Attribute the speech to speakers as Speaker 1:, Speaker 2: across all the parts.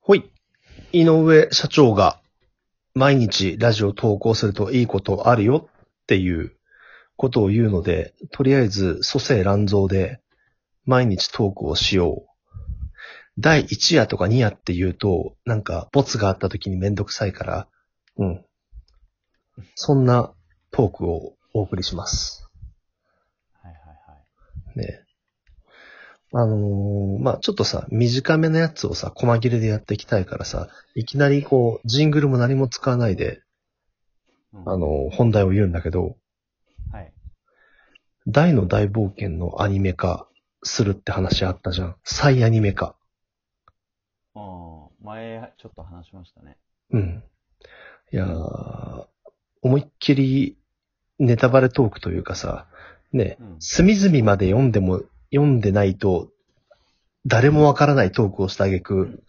Speaker 1: ほい。井上社長が毎日ラジオ投稿するといいことあるよっていうことを言うので、とりあえず蘇生乱造で毎日投稿しよう。第1夜とか2夜って言うと、なんか、ボツがあった時にめんどくさいから、うん。そんなトークをお送りします。
Speaker 2: はいはい
Speaker 1: ね。あのーまあ、ちょっとさ、短めのやつをさ、細切れでやっていきたいからさ、いきなりこう、ジングルも何も使わないで、
Speaker 2: はい。
Speaker 1: あ、のー本題を言うんだけど、
Speaker 2: はい。
Speaker 1: 大の大冒険のアニメ化するって話あったじゃん。再アニメ化。
Speaker 2: ああ、前、ちょっと話しましたね。
Speaker 1: うん。いやー、思いっきりネタバレトークというかさ、ね、
Speaker 2: うん。
Speaker 1: 隅々まで読んでも、読んでないと、誰もわからないトークをした挙句
Speaker 2: うん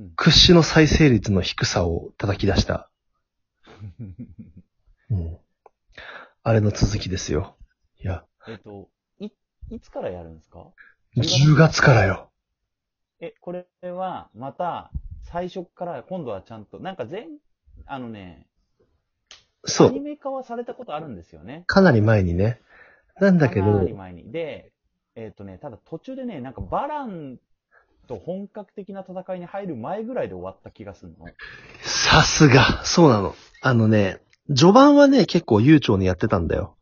Speaker 2: うん、
Speaker 1: 屈指の再生率の低さを叩き出した。うん。あれの続きですよ。いや、
Speaker 2: えっと、い、いつからやるんですか
Speaker 1: 10月からよ。
Speaker 2: え、これは、また、最初から、今度はちゃんと、なんか前、あのね、
Speaker 1: そ
Speaker 2: アニ
Speaker 1: う。
Speaker 2: メ化はされたことあるんですよね。
Speaker 1: かなり前にね。なんだけ
Speaker 2: かな
Speaker 1: ど
Speaker 2: り、前に。で、えっとね、ただ途中でね、なんかバランと本格的な戦いに入る前ぐらいで終わった気がするの。
Speaker 1: さすが、そうなの。あのね、序盤はね、結構悠長にやってたんだよ。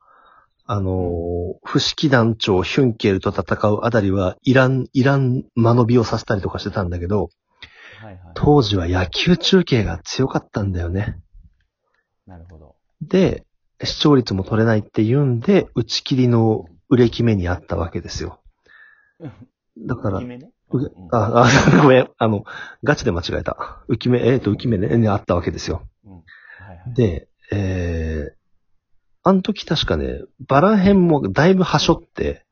Speaker 1: あのー不思議団長ヒュンケルと戦うあたりは、イラン、イラン間延びをさせたりとかしてたんだけど、
Speaker 2: はいはい。
Speaker 1: 当時は野球中継が強かったんだよね。
Speaker 2: なるほど。
Speaker 1: で、視聴率も取れないって言うんで、打ち切りの売れ決めにあったわけですよ。だから、
Speaker 2: 決めね。
Speaker 1: う
Speaker 2: うん
Speaker 1: あ、あ、ご めん、あの、ガチで間違えた。浮き目、えっ、と、浮き目ね、にあったわけですよ。
Speaker 2: うん。はいはい。
Speaker 1: で、えー、あの時確かね、バラ編もだいぶはしょって、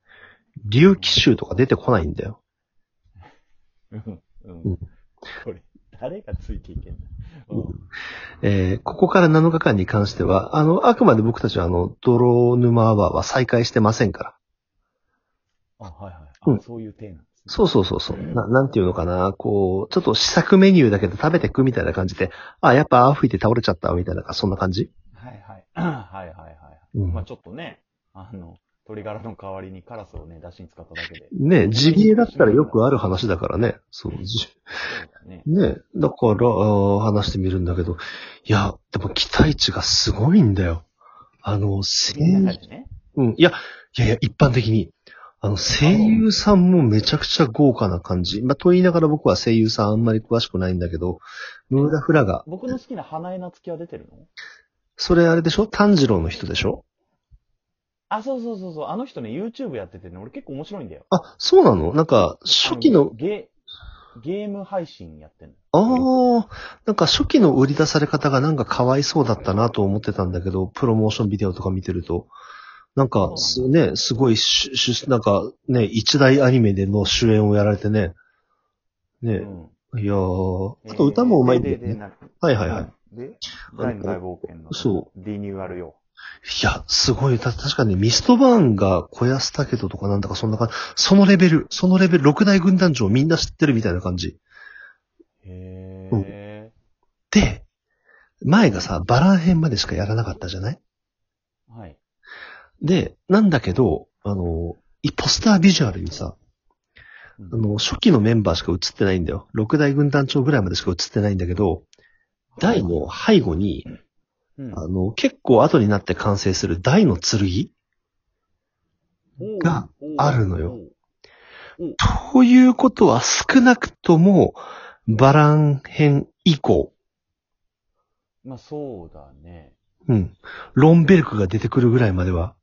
Speaker 1: 竜騎衆とか出てこないんだよ。
Speaker 2: うん。う
Speaker 1: うん
Speaker 2: ん。これ、誰がついていけんだ。うん。
Speaker 1: えー、ここから7日間に関しては、あの、あくまで僕たちはあの、泥沼アワーは再開してませんから。
Speaker 2: あ、はいはい。あ
Speaker 1: うん
Speaker 2: そういう体なんですね。
Speaker 1: そうそうそうそう。な、なんていうのかな、こう、ちょっと試作メニューだけど食べてくみたいな感じで、あ、やっぱ泡吹いて倒れちゃった、みたいな、そんな感じ
Speaker 2: はいはい。 はいはいはいはい。
Speaker 1: うん
Speaker 2: まあちょっとね、あの、鶏ガラの代わりにカラスをね、出汁に使っただけで。
Speaker 1: ねえ、ジビエだったらよくある話だからね。そう、じ
Speaker 2: そうだね。
Speaker 1: ねえ、だから、あー話してみるんだけど、いや、でも期待値がすごいんだよ。あの、声
Speaker 2: みんな
Speaker 1: 優
Speaker 2: で、ね。
Speaker 1: うん、いや、いやいや、一般的に。あの、声優さんもめちゃくちゃ豪華な感じ。まあ、と言いながら僕は声優さんあんまり詳しくないんだけど、ムーラフラが、
Speaker 2: 僕の好きな花江夏樹は出てるの
Speaker 1: それあれでしょ炭治郎の人でしょ
Speaker 2: あ、そうそうそうそう。あの人ね、YouTube やっててね、俺結構面白いんだよ。
Speaker 1: あ、そうなのなんか、初期の、
Speaker 2: ゲ、ゲーム配信やってんの。
Speaker 1: ああ、なんか初期の売り出され方がなんかかわいそうだったなと思ってたんだけど、プロモーションビデオとか見てると、なんかす、
Speaker 2: そう
Speaker 1: ね、すごいし、しなんかね、一大アニメでの主演をやられてね、
Speaker 2: う
Speaker 1: ね、
Speaker 2: ん。
Speaker 1: いやー、あと歌もうまいんだ
Speaker 2: で、
Speaker 1: よ
Speaker 2: で、
Speaker 1: ね。
Speaker 2: な
Speaker 1: はいはいはい。い。
Speaker 2: で、大の大冒険の。。
Speaker 1: そう
Speaker 2: リニューアル用。
Speaker 1: や、すごい。た、確かにミストバーンが小安武人とかなんだかそんな感じ。そのレベル、そのレベル、六大軍団長みんな知ってるみたいな感じ。
Speaker 2: へ
Speaker 1: う
Speaker 2: え。
Speaker 1: で、前がさ、バラン編までしかやらなかったじゃない
Speaker 2: はい。
Speaker 1: で、なんだけど、あの、いポスタービジュアルにさ、
Speaker 2: うん
Speaker 1: あの、初期のメンバーしか映ってないんだよ。六大軍団長ぐらいまでしか映ってないんだけど、大の背後に、
Speaker 2: うん
Speaker 1: あの、結構後になって完成する大の剣があるのよ。ということは少なくとも、バラン編以降、
Speaker 2: まあそうだね。
Speaker 1: うん、ロンベルクが出てくるぐらいまでは、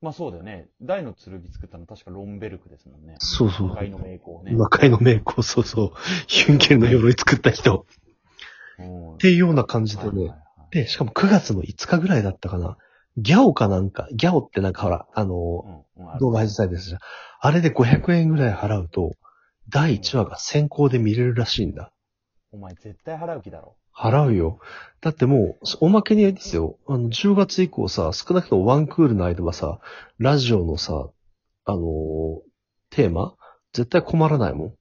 Speaker 2: まあそうだよね。大の剣作ったの確かロンベルクですもんね。
Speaker 1: そうそ
Speaker 2: 魔界
Speaker 1: う。
Speaker 2: の名工ね。
Speaker 1: 魔界の名工、そうそう。ヒュンケルの鎧作った人。
Speaker 2: うん
Speaker 1: っていうような感じでね、
Speaker 2: はいはいはい
Speaker 1: で、しかも9月の5日ぐらいだったかな。ギャオかなんか、ギャオってなんかほら、あの
Speaker 2: うんうんあ
Speaker 1: ー、
Speaker 2: る
Speaker 1: 動画配信サイトですじゃん。あれで500円ぐらい払うと、第1話が先行で見れるらしいんだ。
Speaker 2: お前絶対払う気だろ。
Speaker 1: 払うよ。だってもう、おまけにあれですよ。あの、10月以降さ、少なくともワンクールの間はさ、ラジオのさ、あのーテーマ絶対困らないもん。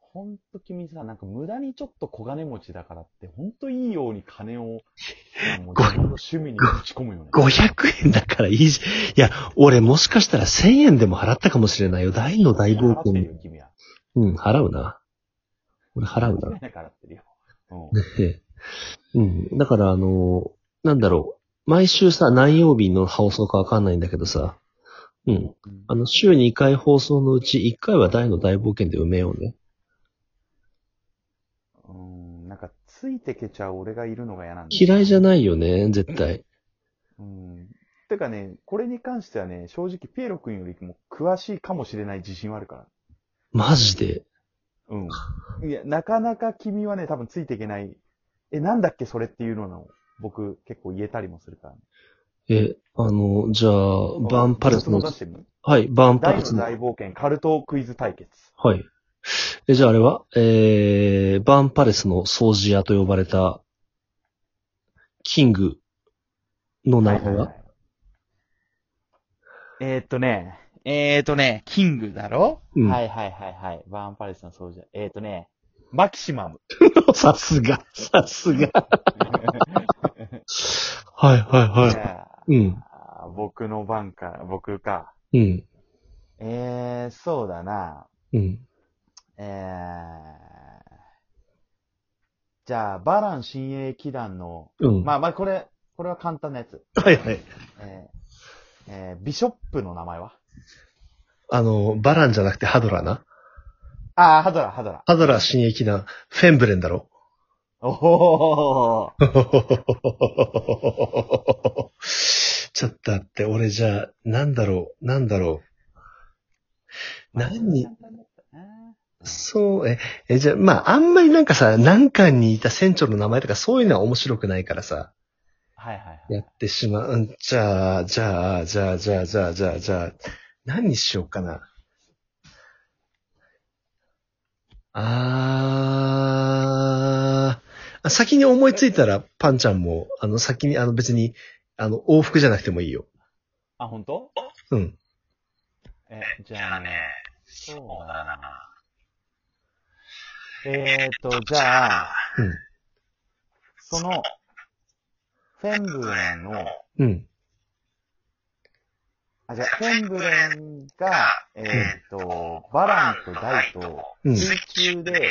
Speaker 2: ほんと君さ、なんか無駄にちょっと小金持ちだからって、ほんといいように 金を、もう
Speaker 1: ご
Speaker 2: 自分の趣味に打ち込むよね。
Speaker 1: 500円だからいいじゃん。いや、俺もしかしたら1000円でも払ったかもしれないよ。大の大冒
Speaker 2: 払ってる
Speaker 1: 険。
Speaker 2: よ、君は。
Speaker 1: うん、払うな。俺払うな。
Speaker 2: 間違いなく払ってるよ。うん。
Speaker 1: ね うん。だから、あの、なんだろう。毎週さ、何曜日の放送かわかんないんだけどさ。うん。あの、週2回放送のうち1回は大の大冒険で埋めようね。
Speaker 2: うん、なんか、ついてけちゃう俺がいるのが嫌なんだ。
Speaker 1: 嫌いじゃないよね、絶対。
Speaker 2: うん。てかね、これに関してはね、正直ピエロ君よりも詳しいかもしれない自信はあるから。
Speaker 1: マジで。
Speaker 2: うん。いや、なかなか君はね、多分ついていけない。え、なんだっけそれっていうのを、僕結構言えたりもするから、ね。
Speaker 1: え、あの、じゃあ、バンパルスの
Speaker 2: ちょっと出、してみる
Speaker 1: はい、バンパ
Speaker 2: 大
Speaker 1: ルス
Speaker 2: の
Speaker 1: の、
Speaker 2: 大冒険カルトクイズ対決。
Speaker 1: はい。え、じゃああれはえー、バンパレスの掃除屋と呼ばれた、キングの名前は
Speaker 2: えー、っとね、えー、っとね、キングだろ、
Speaker 1: うん
Speaker 2: はいはいはいはい。バーンパレスの掃除。えー、っとね、マキシマム。
Speaker 1: さすが、さすが。はい はい
Speaker 2: じ
Speaker 1: は
Speaker 2: ゃあ
Speaker 1: い。うん、
Speaker 2: あー僕の番か、僕か。
Speaker 1: うん、
Speaker 2: えー、そうだな。
Speaker 1: うん。
Speaker 2: えー、じゃあ、バラン親衛騎団の、
Speaker 1: うん。
Speaker 2: まあまあこれ、これは簡単なやつ。
Speaker 1: はいはい。
Speaker 2: えーえービショップの名前は
Speaker 1: あの、バランじゃなくてハドラーな。
Speaker 2: ああ、ハドラー、ハドラ
Speaker 1: ハドラー新駅団、フェンブレンだろ。
Speaker 2: ー。お
Speaker 1: ちょっと待って、俺じゃあ、なんだろう、なんだろ
Speaker 2: お。
Speaker 1: う。何
Speaker 2: 簡単だったな
Speaker 1: そう、え、え、じゃあ、まあ、あんまりなんかさ、南韓にいた船長の名前とかそういうのは面白くないからさ、
Speaker 2: はいはいはい。
Speaker 1: やってしまう。うんじゃあ、じゃあ、じゃあ、じゃあ、じゃあ、じゃあ、じゃあ、何にしようかな。あーあ、先に思いついたら、パンちゃんも、あの、先に、あの、別に、あの、往復じゃなくてもいいよ。
Speaker 2: あ、本当？
Speaker 1: うん。
Speaker 2: え、じゃあね、そうだな。えーと、じゃあ、
Speaker 1: うん。
Speaker 2: その、フェンブレンの、
Speaker 1: うん。
Speaker 2: あ、じゃあ、フェンブレンが、えーと、バランとダイと、
Speaker 1: うん
Speaker 2: 水中で、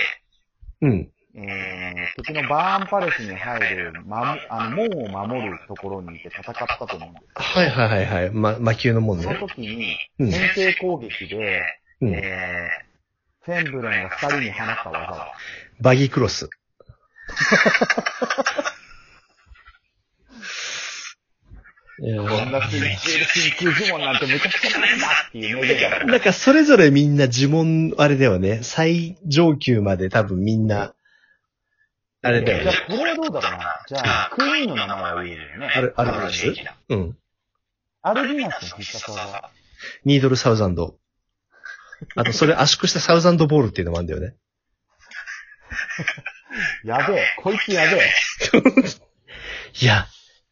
Speaker 1: うん。
Speaker 2: えー、敵のバーンパレスに入る、ま、あの、門を守るところにいて戦ったと思うんです。
Speaker 1: はいはいはいはい。ま、魔球のもん
Speaker 2: その
Speaker 1: ね。
Speaker 2: 時に、
Speaker 1: うん。
Speaker 2: 先制攻撃で、
Speaker 1: うん。
Speaker 2: えー、フェンブレンが二人に放った技は
Speaker 1: バギークロス。いや
Speaker 2: こんな水中で水中呪文なんてめちゃくちゃなんだっていう名言がある。
Speaker 1: なんかそれぞれみんな呪文、あれだよね。最上級まで多分みんな、あれだよ
Speaker 2: じゃ
Speaker 1: ね。
Speaker 2: あ、これはどうだろうな。じゃあ、クイーンの名前は言えるよね。
Speaker 1: ある、あるですうん。
Speaker 2: アルビナスの必殺技。
Speaker 1: ニードルサウザンド。あと、それ圧縮したサウザンドボールっていうのもあるんだよね。
Speaker 2: やべえ、こいつやべえ。
Speaker 1: いや、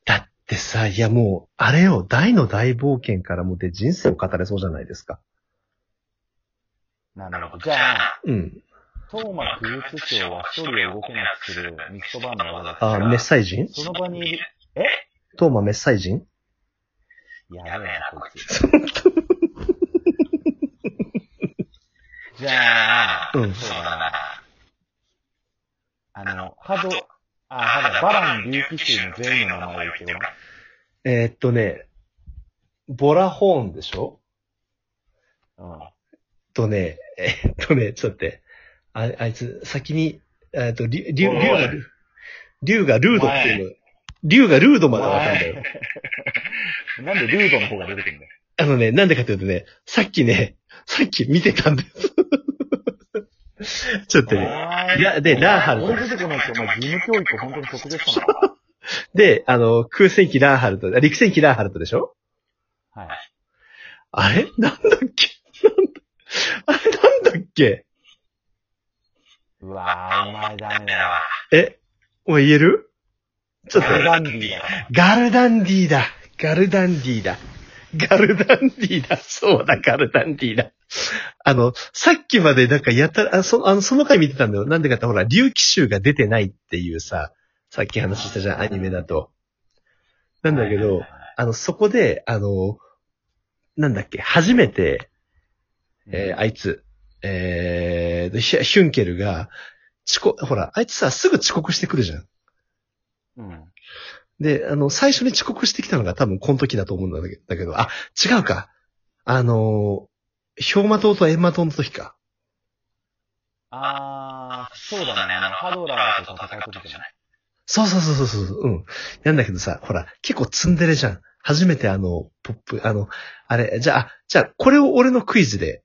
Speaker 1: だってさ、いやもう、あれよ、大の大冒険からもうで人生を語れそうじゃないですか。
Speaker 2: なるほど。じゃあ、
Speaker 1: うん。
Speaker 2: トーマ空鬱賞は一人を動けなくするミストバーンの技だ。
Speaker 1: あ、メッサイ人
Speaker 2: その場にいる。
Speaker 1: トーマメッサイ人
Speaker 2: やべえな、こいつ。じゃあ、
Speaker 1: うん
Speaker 2: そうだな。あの、ハド、あ、ハド、バラン竜騎士の全員の名前を言ってごらん。
Speaker 1: えーっとね、ボラホーンでしょ
Speaker 2: うん。
Speaker 1: えっとね、えっとね、ちょっと待って。ああいつ、先に、えっと、りゅりゅ
Speaker 2: おい
Speaker 1: 竜が、竜がルードっていうの、竜がルードまでわかんだよ。
Speaker 2: なんでルードの方が出てくるんだよ。
Speaker 1: あのね、なんでかというとね、さっきね、さっき見てたんです。 ちょっとね。
Speaker 2: お
Speaker 1: い
Speaker 2: 前
Speaker 1: や、で、ラーハ
Speaker 2: 俺
Speaker 1: ルト。
Speaker 2: 出てこないって、お前義務教育本当に卒業したのか
Speaker 1: で、あの、空戦機ラーハルト、あ陸戦機ラーハルトでしょ
Speaker 2: はい。
Speaker 1: あれなんだっけ なんだ、あれなんだっけ
Speaker 2: うわぁ、お前ダメ だわ。
Speaker 1: え、もう言えるちょっと。
Speaker 2: ガンディーだわ。
Speaker 1: ガルダンディだ。ガルダンディだ。ガルダンディだ。そうだ、ガルダンディだ。あの、さっきまでなんかやったら、あそあのその回見てたんだよ。なんでかってほら、竜騎衆が出てないっていうさ、さっき話したじゃん、アニメだと。なんだけ
Speaker 2: はいはい
Speaker 1: ど
Speaker 2: はい、
Speaker 1: あの、そこで、あの、なんだっけ、初めて、えーあいつ、えーヒュヒュンケルが、遅刻、ほら、あいつさ、すぐ遅刻してくるじゃん。
Speaker 2: うん。
Speaker 1: で、あの、最初に遅刻してきたのが多分この時だと思うんだけだけど、あ、違うか。あのー、氷魔島と閻魔島の時か。
Speaker 2: あー、そうだね。あの、ハドラーと戦う時じゃない。
Speaker 1: そうそうそうそうそう、うん。なんだけどさ、ほら、結構ツンデレじゃん。初めてあの、ポップ、あの、あれ、じゃああ、じゃあ、これを俺のクイズで、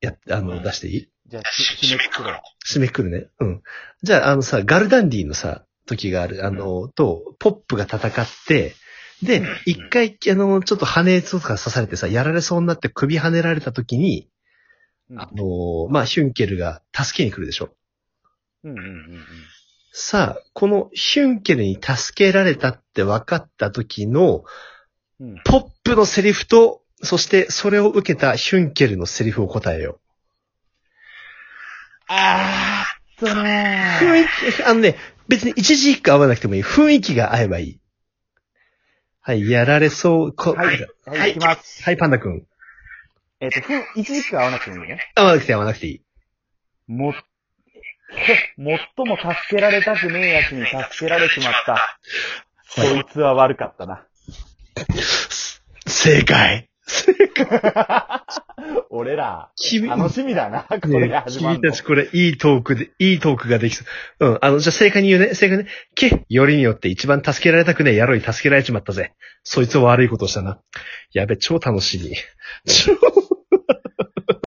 Speaker 1: やっ、あの、
Speaker 2: うん
Speaker 1: 出していい
Speaker 2: じゃあ、し締めくくろう。
Speaker 1: 締めくくるね。うん。じゃあ、あのさ、ガルダンディのさ、時がある、あの、と、ポップが戦って、で
Speaker 2: うん、
Speaker 1: 一回、あの、ちょっと羽とか刺されてさ、やられそうになって首跳ねられた時に、
Speaker 2: うん
Speaker 1: あのーまあ、ヒュンケルが助けに来るでしょ。
Speaker 2: うんうんうんうん。
Speaker 1: さあ、このヒュンケルに助けられたって分かった時の、
Speaker 2: うん。
Speaker 1: ポップのセリフと、そしてそれを受けたヒュンケルのセリフを答えよ
Speaker 2: あーっと
Speaker 1: う。雰
Speaker 2: ね
Speaker 1: 囲気、あのね、別に一字一句合わなくてもいい。雰囲気が合えばいい。はい、やられそう。こ
Speaker 2: はいー。はい、行きます。
Speaker 1: はい、パンダ君。
Speaker 2: えっと、ふん、一時間合わなくてもいいね。
Speaker 1: 合わなくて合わなくていい。
Speaker 2: も、もっとも助けられたくねえやつに助けられちまった。こ
Speaker 1: はい
Speaker 2: いつは悪かったな。
Speaker 1: 正解。
Speaker 2: 俺ら、
Speaker 1: 君、
Speaker 2: 楽しみだ な、これ
Speaker 1: ね
Speaker 2: が、始まる
Speaker 1: 君た
Speaker 2: の
Speaker 1: ち。これいいトークで、いいトークができそう。うん、あの、じゃあ正解に言うね、正解ね。け、よりによって一番助けられたくねえ野郎に助けられちまったぜ。そいつは悪いことをしたな。やべ、超楽しみ。超